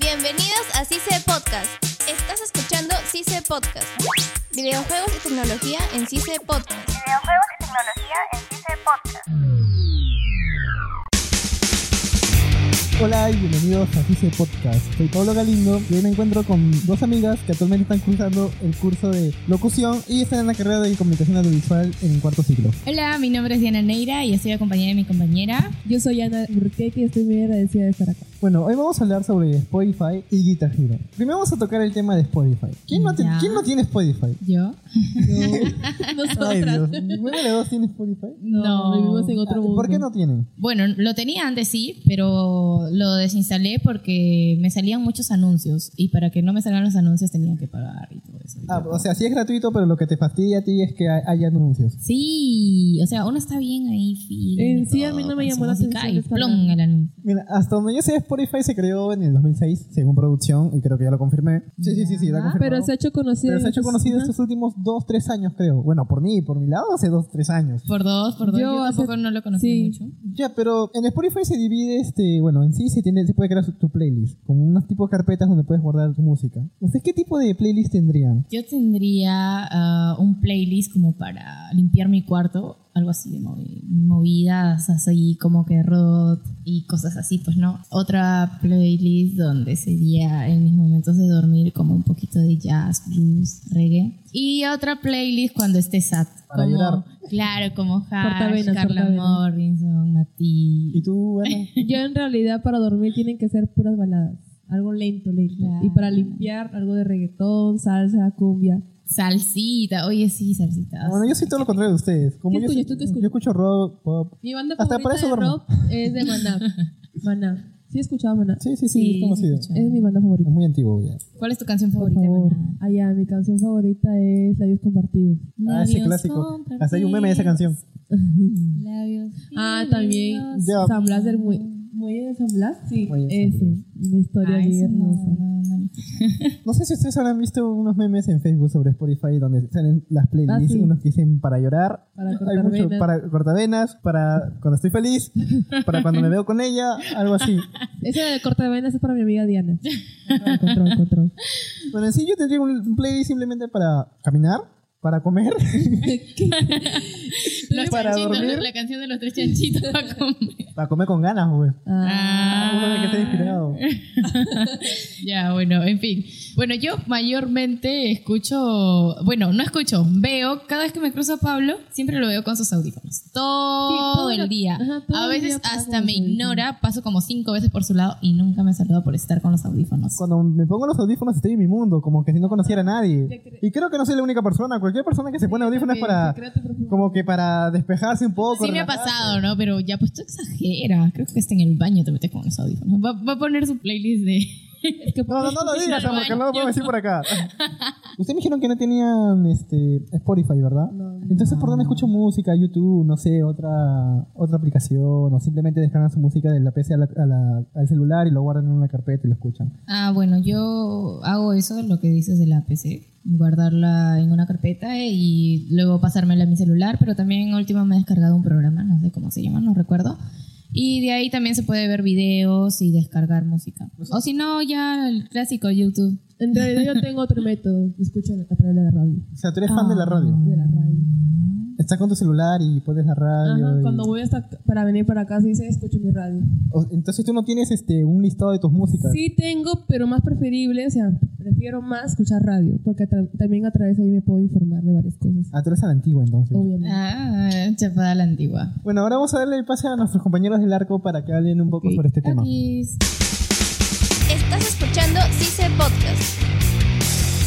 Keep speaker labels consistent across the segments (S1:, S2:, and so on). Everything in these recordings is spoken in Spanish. S1: Bienvenidos a CICE Podcast. Estás escuchando CICE Podcast. Videojuegos y tecnología en CICE Podcast.
S2: Videojuegos y tecnología en CICE Podcast.
S3: Hola y bienvenidos a CICE Podcast. Soy Pablo Galindo y hoy me encuentro con dos amigas que actualmente están cursando el curso de locución y están en la carrera de comunicación audiovisual en cuarto ciclo.
S4: Hola, mi nombre es Diana Neira y estoy acompañada de mi compañera.
S5: Yo soy Ana Urqueque y estoy muy agradecida de estar acá.
S3: Bueno, hoy vamos a hablar sobre Spotify y Guitar Hero. Primero vamos a tocar el tema de Spotify. ¿Quién no, te-
S4: Ya.
S3: ¿quién no tiene Spotify?
S4: ¿Yo?
S3: Ay,
S5: Nosotras.
S3: Dios. ¿Ninguna de las dos tiene Spotify? Ah,
S5: No,
S4: No.
S5: vivimos en otro mundo.
S3: ¿Por qué no tienen?
S4: Bueno, lo tenía antes sí, pero lo desinstalé porque me salían muchos anuncios y para que no me salgan los anuncios tenía que pagar y todo eso.
S3: Ah,
S5: pues.
S3: o sea, sí es gratuito, pero lo que te fastidia a ti es que hay- haya anuncios.
S4: Sí, o sea, uno está bien ahí.
S5: En sí, a mí no me llamó la atención
S4: Y
S5: esa
S4: plom, el anuncio.
S3: Mira, hasta donde yo sé, Spotify se creó en el 2006, según producción, y creo que ya lo confirmé. Sí, sí, sí, sí, está
S4: Ya.
S3: confirmado.
S5: Ah, Pero se ha hecho conocido.
S3: Pero se ha hecho conocido
S5: Ajá.
S3: estos últimos dos, tres años, creo. Bueno, por mí, por mi lado, hace dos, tres años.
S4: Por dos, por dos. Yo,
S5: Yo hace-
S4: tampoco no lo conocí
S5: sí.
S4: mucho.
S3: Ya, pero en Spotify se divide, este, bueno, en sí se tiene, se puede crear su- tu playlist, con unos tipos de carpetas donde puedes guardar tu música. ¿Ustedes qué tipo de playlist tendrían?
S4: Yo tendría ah, un playlist como para limpiar mi cuarto, algo así de movi- movidas, así como que rot y cosas así, pues no. Otra playlist donde sería en mis momentos de dormir como un poquito de jazz, blues, reggae. Y otra playlist cuando esté sad.
S3: Para
S4: como,
S3: llorar.
S4: Claro, como Hash,
S5: Cortavenas,
S4: Carla
S5: cortavenas.
S4: Morrison, Mati.
S3: ¿Y tú, Ana?
S5: Yo en realidad para dormir tienen que ser puras baladas. Algo lento, lento.
S4: Claro.
S5: Y para limpiar, algo de reggaetón, salsa, cumbia.
S4: Salsita, oye sí, salsita.
S3: Bueno, yo soy todo lo contrario de ustedes. Como
S5: ¿Qué
S3: yo,
S5: escuchas tú?
S3: soy-
S5: ¿Qué escuchas?
S3: yo escucho rock, pop.
S5: Mi banda
S3: Hasta para
S5: favorita
S3: eso
S5: de
S3: duermo.
S5: rock es de Maná. Maná. ¿Sí he escuchado Maná?
S3: Sí, sí, sí,
S4: Sí,
S3: es conocido.
S4: escucho.
S5: Es mi banda
S3: Es
S5: favorita.
S3: muy antiguo ya.
S4: ¿Cuál es tu canción
S5: Por
S4: favorita?
S5: favor.
S4: Maná?
S5: Allá, mi canción favorita es La Dios Compartidos.
S3: Ah, ese
S4: Labios
S3: clásico. Hasta hay un meme de esa
S4: compartidos.
S3: canción.
S4: Labios.
S5: Ah, también
S3: Ya.
S5: San Blas del Muelle. ¿Muelle de San Blas? Sí,
S3: Muelle de San
S5: eso. Una historia
S4: Ah,
S5: bien
S4: eso no,
S5: hermosa.
S4: no, no.
S3: No sé si ustedes habrán visto unos memes en Facebook sobre Spotify donde salen las playlists,
S5: Ah, sí.
S3: unos que dicen para llorar,
S5: Para
S3: hay
S5: cortar
S3: mucho
S5: venas.
S3: para cortavenas, para cuando estoy feliz, para cuando me veo con ella, algo así.
S5: Ese del corte de venas es para mi amiga Diana. Control, control, control.
S3: Bueno, en sí yo tendría un un playlist simplemente para caminar, para comer,
S4: Los
S3: Para
S4: chanchitos,
S3: dormir.
S4: la canción de los tres chanchitos para comer.
S3: para comer con ganas, güey.
S5: Ah,
S3: Uno tiene que estar inspirado.
S4: Ya, bueno, en fin. Bueno, yo mayormente escucho, bueno, no escucho, veo, cada vez que me cruzo a Pablo, siempre lo veo con sus audífonos. Todo,
S5: Sí, todo
S4: el
S5: lo-
S4: día.
S5: ajá, todo
S4: a
S5: el
S4: veces
S5: día pasa
S4: hasta
S5: con
S4: me
S5: los audífonos.
S4: ignora, paso como cinco veces por su lado y nunca me saluda por estar con los audífonos.
S3: Cuando me pongo los audífonos estoy en mi mundo, como que si no conociera a nadie. Y creo que no soy la única persona, cualquier persona que se pone audífonos para como que para despejarse un poco.
S4: Sí me ha
S3: relajarse.
S4: pasado, ¿no? Pero ya pues tú exageras. Creo que está en el baño, te metes con los audífonos. Va, va a poner su playlist de...
S5: es que
S3: No, no, no lo digas,
S4: Al
S3: porque no lo
S4: baño.
S3: puedo decir por acá. Ustedes me dijeron que no tenían este, Spotify, ¿verdad?
S5: No, no.
S3: Entonces, ¿por dónde escucho música? YouTube, no sé, otra otra aplicación, o simplemente descargan su música de la PC a la- a la- al celular y lo guardan en una carpeta y lo escuchan.
S4: Ah, bueno, yo hago eso, lo que dices de la PC, guardarla en una carpeta y luego pasármela a mi celular, pero también último me he descargado un programa, no sé cómo se llama, no recuerdo. Y de ahí también se puede ver videos y descargar música. O si no, ya el clásico YouTube.
S5: En realidad yo tengo otro método. Escucho a través de la radio.
S3: O sea, tú eres fan
S5: Ah.
S3: de la radio.
S5: De la radio.
S3: Estás con tu celular y pones la radio.
S5: Ajá,
S3: y-
S5: cuando voy hasta para venir para acá, se dice, escucho mi radio.
S3: o- entonces, tú no tienes este un listado de tus músicas.
S5: Sí tengo, pero más preferible, o sea, prefiero más escuchar radio, porque tra- también a través de ahí me puedo informar de varias cosas.
S3: Ah, tú eres a la antigua, entonces.
S5: Obviamente.
S4: Ah, chapada la antigua.
S3: Bueno, ahora vamos a darle el pase a nuestros compañeros del arco para que hablen un poco sobre este tema.
S4: Cookies.
S1: Estás escuchando CICE Podcast.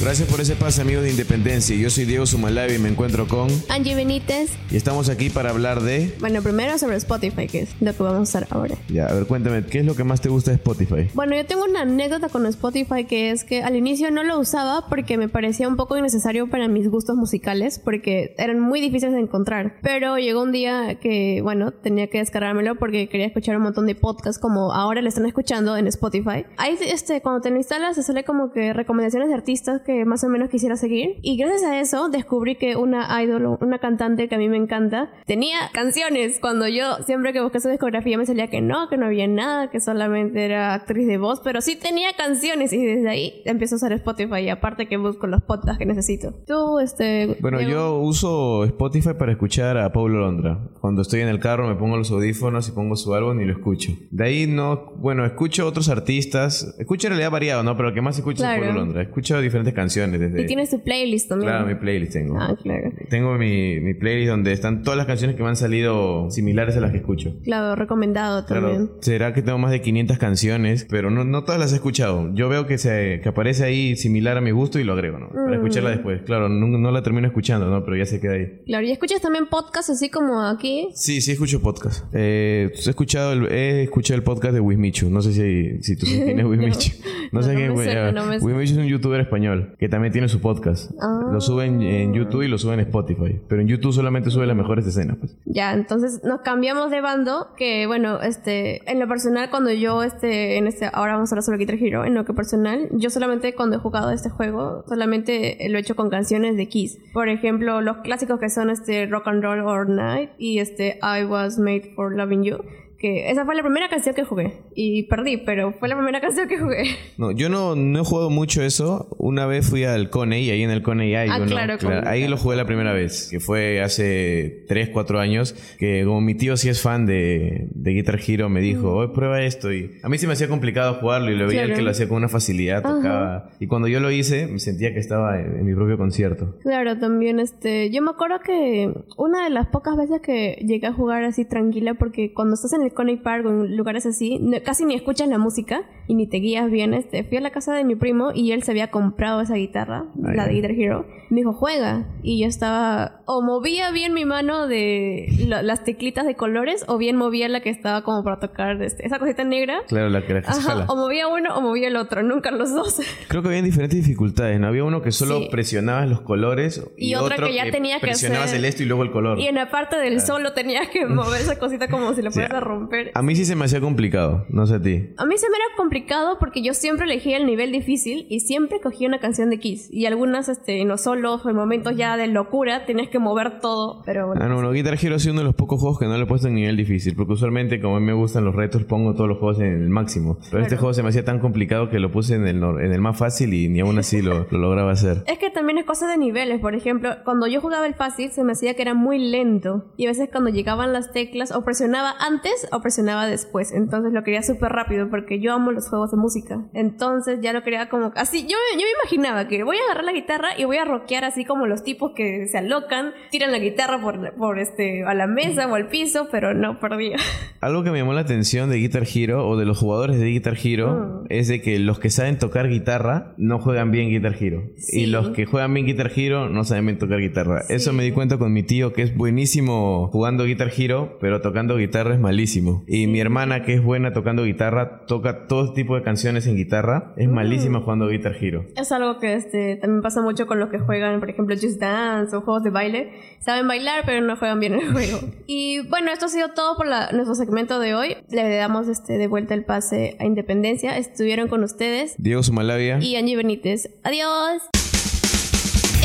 S6: Gracias por ese pase, amigos de Independencia. Yo soy Diego Sumalabi y me encuentro con.
S7: Angie Benítez.
S6: Y estamos aquí para hablar de.
S7: Bueno, primero sobre Spotify, que es lo que vamos a usar ahora.
S6: Ya, a ver, cuéntame, ¿qué es lo que más te gusta de Spotify?
S7: Bueno, yo tengo una anécdota con Spotify que es que al inicio no lo usaba porque me parecía un poco innecesario para mis gustos musicales porque eran muy difíciles de encontrar. Pero llegó un día que, bueno, tenía que descargármelo porque quería escuchar un montón de podcasts como ahora le están escuchando en Spotify. Ahí, este, cuando te lo instalas, te sale como que recomendaciones de artistas que que más o menos quisiera seguir. Y gracias a eso descubrí que una idol, una cantante que a mí me encanta, tenía canciones. Cuando yo siempre que busqué su discografía me salía que no, que no había nada, que solamente era actriz de voz, pero sí tenía canciones y desde ahí empiezo a usar Spotify y aparte que busco los podcasts que necesito. Tú, este...
S6: Bueno,
S7: Diego,
S6: yo uso Spotify para escuchar a Pablo Londra. Cuando estoy en el carro me pongo los audífonos y pongo su álbum y lo escucho. De ahí no, bueno, escucho otros artistas. Escucho en realidad variado, ¿no? Pero lo que más escucho
S7: Claro.
S6: es Pablo Londra. Escucho diferentes canciones desde...
S7: Y tienes tu playlist también.
S6: eh, Claro, mi playlist tengo.
S7: Ah, claro.
S6: Tengo mi, mi playlist donde están todas las canciones que me han salido similares a las que escucho.
S7: Claro, recomendado
S6: Claro,
S7: también.
S6: será que tengo más de 500 canciones, pero no, no todas las he escuchado. Yo veo que, se, que aparece ahí similar a mi gusto y lo agrego, ¿no? Para
S7: Mm.
S6: escucharla después. Claro, no, no la termino escuchando, ¿no? Pero ya se queda ahí.
S7: Claro, y escuchas también podcasts así como aquí.
S6: Sí, sí escucho podcast. Eh, he, escuchado el, he escuchado el podcast de Wismichu. No sé si, si tú sabes quién es Wismichu. No,
S7: No,
S6: sé
S7: no
S6: quién
S7: me
S6: es
S7: suena,
S6: ya.
S7: no me suena.
S6: Wismichu es un youtuber español que también tiene su podcast.
S7: Ah.
S6: Lo sube en, en YouTube y lo sube en Spotify. Pero en YouTube solamente sube las mejores escenas, pues.
S7: Ya, entonces nos cambiamos de bando, que bueno, este, en lo personal cuando yo, este, en este, ahora vamos a hablar sobre Guitar Hero, en lo que personal, yo solamente cuando he jugado este juego, solamente lo he hecho con canciones de Kiss. Por ejemplo, los clásicos que son este Rock and Roll All Night y este I Was Made for Loving You, que esa fue la primera canción que jugué y perdí, pero fue la primera canción que jugué.
S6: No, yo no, no he jugado mucho eso. Una vez fui al Coney, ahí en el Coney hay
S7: Ah,
S6: uno.
S7: claro, Coney,
S6: Ahí
S7: claro.
S6: lo jugué la primera vez, que fue hace 3, 4 años, que como mi tío sí es fan de, de Guitar Hero, me dijo, hoy prueba esto. Y a mí se me hacía complicado jugarlo y lo veía
S7: Claro.
S6: el que lo hacía con una facilidad, tocaba. Y cuando yo lo hice, me sentía que estaba en, en mi propio concierto.
S7: Claro, también este, yo me acuerdo que una de las pocas veces que llegué a jugar así tranquila, porque cuando estás en el Coney Park o en lugares así, no- casi ni escuchas la música y ni te guías bien. Este, fui a la casa de mi primo y él se había comprado esa guitarra,
S6: Ah,
S7: la de
S6: ya.
S7: Guitar Hero. Me dijo, juega. Y yo estaba, o movía bien mi mano de la- las teclitas de colores, o bien movía la que estaba como para tocar este, esa cosita negra.
S6: Claro, la que la que se
S7: Ajá,
S6: jala.
S7: o movía uno o movía el otro, nunca los dos.
S6: Creo que había diferentes dificultades, ¿no? Había uno que solo
S7: Sí.
S6: presionabas los colores y,
S7: Y otra que ya tenía que
S6: presionabas
S7: hacer-
S6: el esto y luego el color.
S7: Y en la parte del solo tenías que mover esa cosita como si lo
S6: Sí.
S7: fueras a romper.
S6: A mí sí se me hacía complicado, no sé a ti.
S7: A mí se me era complicado porque yo siempre elegía el nivel difícil y siempre cogía una canción de Kiss. Y algunas, este, en los solos o en momentos ya de locura, tenías que mover todo. Pero bueno,
S6: Ah, no, no, Guitar Hero es uno de los pocos juegos que no le he puesto en nivel difícil, porque usualmente como a mí me gustan los retos, pongo todos los juegos en el máximo. Pero este juego se me hacía tan complicado que lo puse en el, nor- en el más fácil y ni aún así lo, lo lograba hacer.
S7: Es que también es cosa de niveles, por ejemplo, cuando yo jugaba el fácil se me hacía que era muy lento y a veces cuando llegaban las teclas o presionaba antes o presionaba después, entonces lo quería súper rápido porque yo amo los juegos de música, entonces ya lo quería como así, yo, me- yo me imaginaba que voy a agarrar la guitarra y voy a rockear así como los tipos que se alocan, tiran la guitarra por, por este, a la mesa o al piso, pero no perdía.
S6: Algo que me llamó la atención de Guitar Hero o de los jugadores de Guitar
S7: Ah.
S6: Hero es de que los que saben tocar guitarra no juegan bien Guitar Hero.
S7: Sí.
S6: Y los que juegan bien Guitar Hero no saben bien tocar guitarra. Eso
S7: Sí.
S6: me di cuenta con mi tío que es buenísimo jugando Guitar Hero, pero tocando guitarra es malísimo. Y mi hermana que es buena tocando guitarra, toca todo tipo de canciones en guitarra,
S7: Ah.
S6: es malísima jugando Guitar Hero.
S7: Es algo que este, también pasa mucho con los que juegan, por ejemplo, Just Dance o juegos de baile. Saben bailar, pero no juegan bien el juego. y bueno, esto ha sido todo por la- nuestro segmento de hoy. Le damos este, de vuelta el pase a Independencia. Estuvieron con ustedes
S6: Diego Sumalavia.
S7: y Angie Benítez. ¡Adiós!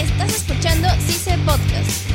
S1: Estás escuchando CICE Podcast.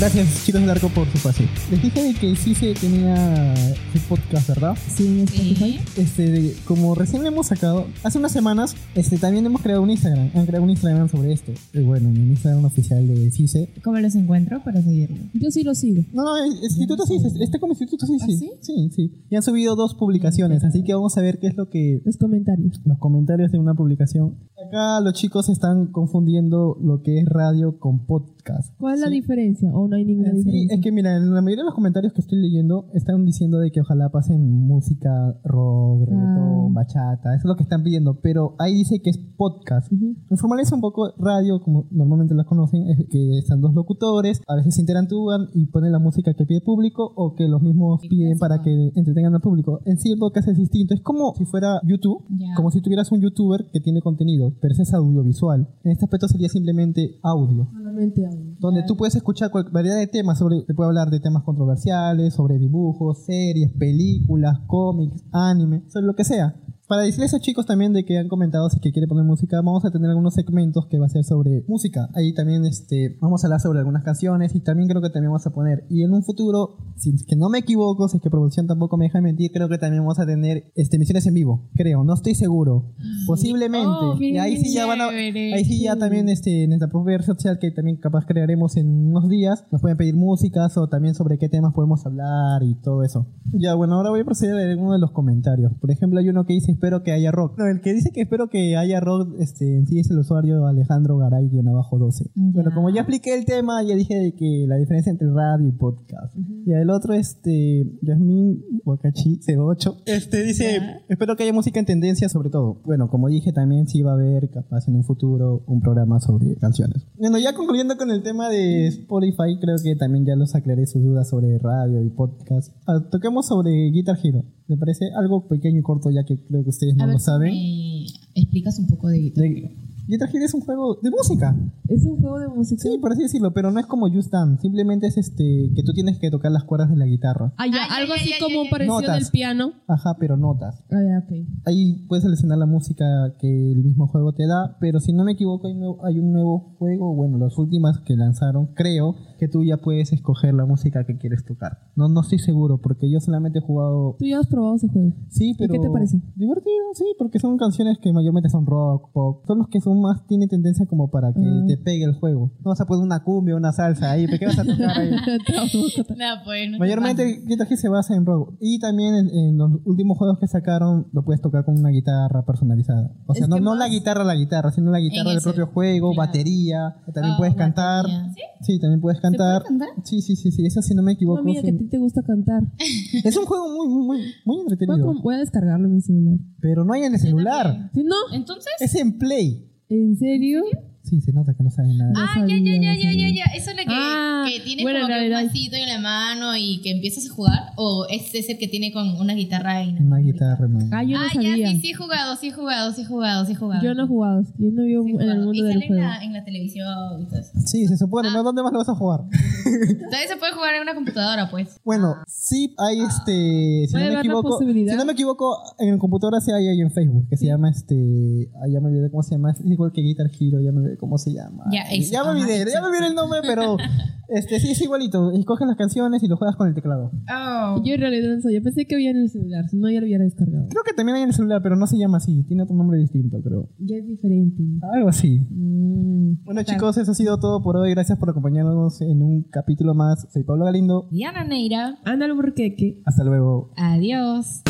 S3: Gracias, chicos del arco, por su pase. Les dije de que sí se tenía su podcast, ¿verdad?
S5: Sí, en Spotify.
S4: Sí.
S3: Este, de- como recién lo hemos sacado, hace unas semanas, este, también hemos creado un Instagram. Han creado un Instagram sobre esto. Y bueno, en el Instagram oficial de CICE.
S4: ¿Cómo los encuentro para seguirlo?
S5: Yo sí lo sigo.
S3: No, no, el Instituto CICE. Está como Instituto CICE.
S4: ¿Ah, sí?
S3: Sí, sí. Y han subido dos publicaciones, así que vamos a ver qué es lo que
S5: Los comentarios.
S3: los comentarios de una publicación. Acá los chicos están confundiendo lo que es radio con podcast.
S5: ¿Cuál es la diferencia? ¿O no hay ninguna
S3: Eh, Sí,
S5: diferencia?
S3: es que mira, en la mayoría de los comentarios que estoy leyendo están diciendo de que ojalá pasen música rock,
S5: Ah.
S3: reggaetón, bachata, eso es lo que están pidiendo, pero ahí dice que es podcast.
S5: Ujú.
S3: Informaliza un poco radio, como normalmente las conocen, es que están dos locutores, a veces interactúan y ponen la música que pide el público o que los mismos piden para que entretengan al público. En sí el podcast es distinto, es como si fuera YouTube,
S4: Ya.
S3: como si tuvieras un youtuber que tiene contenido, pero ese es audiovisual. En este aspecto sería simplemente audio
S5: Solamente audio.
S3: donde tú puedes escuchar cual- variedad de temas, sobre, te puede hablar de temas controversiales, sobre dibujos, series, películas, cómics, anime, sobre lo que sea. Para decirles a chicos también de que han comentado si es que quiere poner música, vamos a tener algunos segmentos que va a ser sobre música. Ahí también este, vamos a hablar sobre algunas canciones y también creo que también vamos a poner. Y en un futuro, si es que no me equivoco, si es que producción tampoco me deja mentir, creo que también vamos a tener este, emisiones en vivo. Creo, no estoy seguro. Posiblemente.
S4: Oh,
S3: y ahí sí ya van a,
S4: chévere.
S3: ahí sí ya también este, en nuestra propia red social que también capaz crearemos en unos días. Nos pueden pedir músicas o también sobre qué temas podemos hablar y todo eso. Ya, bueno, ahora voy a proceder a leer uno de los comentarios. Por ejemplo, hay uno que dice espero que haya rock. No, el que dice que espero que haya rock este, en sí es el usuario Alejandro Garay, guión abajo 12. Bueno,
S4: Ya.
S3: como ya expliqué el tema, ya dije de que la diferencia entre radio y podcast. Y el otro, este, Yasmin Wakachi 08, este dice,
S4: Ya.
S3: espero que haya música en tendencia sobre todo. Bueno, como dije también, sí va a haber capaz en un futuro un programa sobre canciones. Bueno, ya concluyendo con el tema de Spotify, creo que también ya los aclaré sus dudas sobre radio y podcast. Ah, toquemos sobre Guitar Hero. ¿Le parece algo pequeño y corto ya que creo que ustedes no
S4: A
S3: lo
S4: ver si
S3: saben?
S4: me explicas un poco de guitarra.
S3: De- Guitar Hero es un juego de música.
S5: Es un juego de música.
S3: Sí, por así decirlo, pero no es como Just Dance, simplemente es este que tú tienes que tocar las cuerdas de la guitarra.
S5: Ah, ya,
S4: Ah, ya,
S5: algo
S4: ya,
S5: así
S4: ya,
S5: como
S4: ya, ya.
S5: parecido
S3: Notas.
S5: del piano.
S3: Ajá, pero notas.
S5: Ah, ya, ok.
S3: Ahí puedes seleccionar la música que el mismo juego te da, pero si no me equivoco hay, nue- hay un nuevo juego, bueno, las últimas que lanzaron, creo que tú ya puedes escoger la música que quieres tocar. No, no estoy seguro, porque yo solamente he jugado...
S5: Tú ya has probado ese juego.
S3: Sí,
S5: qué
S3: pero...
S5: te parece?
S3: Divertido, sí, porque son canciones que mayormente son rock, pop, son los que son más, tienen tendencia como para que
S5: Mm.
S3: te pegue el juego. No vas a poner una cumbia, una salsa ahí, ¿pero ¿qué vas a tocar ahí?
S4: No, pues, no te
S3: Mayormente
S4: pases.
S3: el Guitar Hero se basa en rock. Y también en, en los últimos juegos que sacaron lo puedes tocar con una guitarra personalizada. O sea,
S5: Es
S3: no,
S5: que
S3: no
S5: más-
S3: la guitarra, la guitarra, sino la guitarra
S4: En
S3: del
S4: ese,
S3: propio juego,
S4: claro.
S3: batería. También
S4: Ah,
S3: puedes cantar.
S4: batería. ¿Sí?
S3: Sí, también puedes cantar.
S4: puede cantar?
S3: Sí, sí, sí, sí. Eso sí, no me
S5: No,
S3: equivoco.
S5: amiga,
S3: sí.
S5: que a ti te gusta cantar.
S3: Es un juego muy, muy, muy, muy
S5: Voy a,
S3: entretenido.
S5: com- voy a descargarlo en mi celular.
S3: Pero no hay en el celular.
S5: ¿Sí, no?
S4: Entonces.
S3: Es en Play.
S5: ¿En serio?
S3: Sí, se nota que no saben nada.
S4: Ah, ya, ya,
S5: sabía,
S4: ya,
S5: no
S4: ya, ya, ya. Eso es lo que,
S5: Ah,
S4: que tienes
S5: bueno,
S4: como
S5: en
S4: que un
S5: realidad-
S4: vasito en la mano y que empiezas a jugar. ¿O es ese que tiene con una guitarra ahí?
S3: Una guitarra, man.
S5: Ah, yo no
S4: ah,
S5: sabía.
S4: ya, sí, sí he jugado, sí he jugado, sí he jugado, sí he jugado.
S5: Yo no he jugado. Yo no vivo
S4: Sí he
S5: en el
S4: jugado.
S5: mundo
S4: y
S5: del
S4: sale en
S5: juego.
S4: la, en la televisión y todo eso.
S3: Sí, se supone, ¿no? ¿Dónde más lo vas a jugar?
S4: Todavía se puede jugar en una computadora, pues.
S3: Bueno, sí hay este, si
S5: Puede
S3: no me
S5: haber la
S3: equivoco,
S5: posibilidad.
S3: si no me equivoco, en el computadora sí hay ahí en Facebook, que se llama este, ah, ya me olvidé cómo se llama, es igual que Guitar Hero, ya me olvidé cómo se llama.
S4: Ya,
S3: Ay, ya me
S4: exacto,
S3: olvidé,
S4: ajá,
S3: ya me olvidé el nombre, pero este sí es igualito, escoges las canciones y lo juegas con el teclado.
S4: Oh.
S5: Yo en realidad no sabía. Yo pensé que había en el celular. Si no, ya lo hubiera descargado.
S3: Creo que también hay en el celular, pero no se llama así, tiene otro nombre distinto, creo.
S5: Ya es diferente.
S3: Algo así.
S5: Mm.
S3: Bueno, chicos, eso ha sido todo por hoy. Gracias por acompañarnos en un capítulo más. Soy Pablo Galindo.
S4: Diana Neira,
S5: Ana Alburqueque.
S3: Hasta luego.
S4: adiós.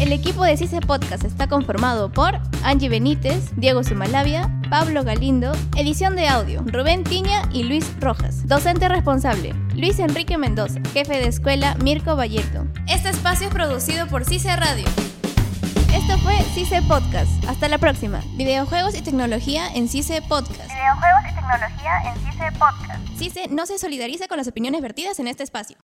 S1: El equipo de CICE Podcast está conformado por Angie Benítez, Diego Sumalavia, Pablo Galindo, edición de audio, Rubén Tiña y Luis Rojas. Docente responsable, Luis Enrique Mendoza, jefe de escuela, Mirko Valleto. Este espacio es producido por CICE Radio. Esto fue CICE Podcast. Hasta la próxima. Videojuegos y tecnología en CICE Podcast.
S2: Videojuegos y tecnología en CICE Podcast.
S1: CICE no se solidariza con las opiniones vertidas en este espacio.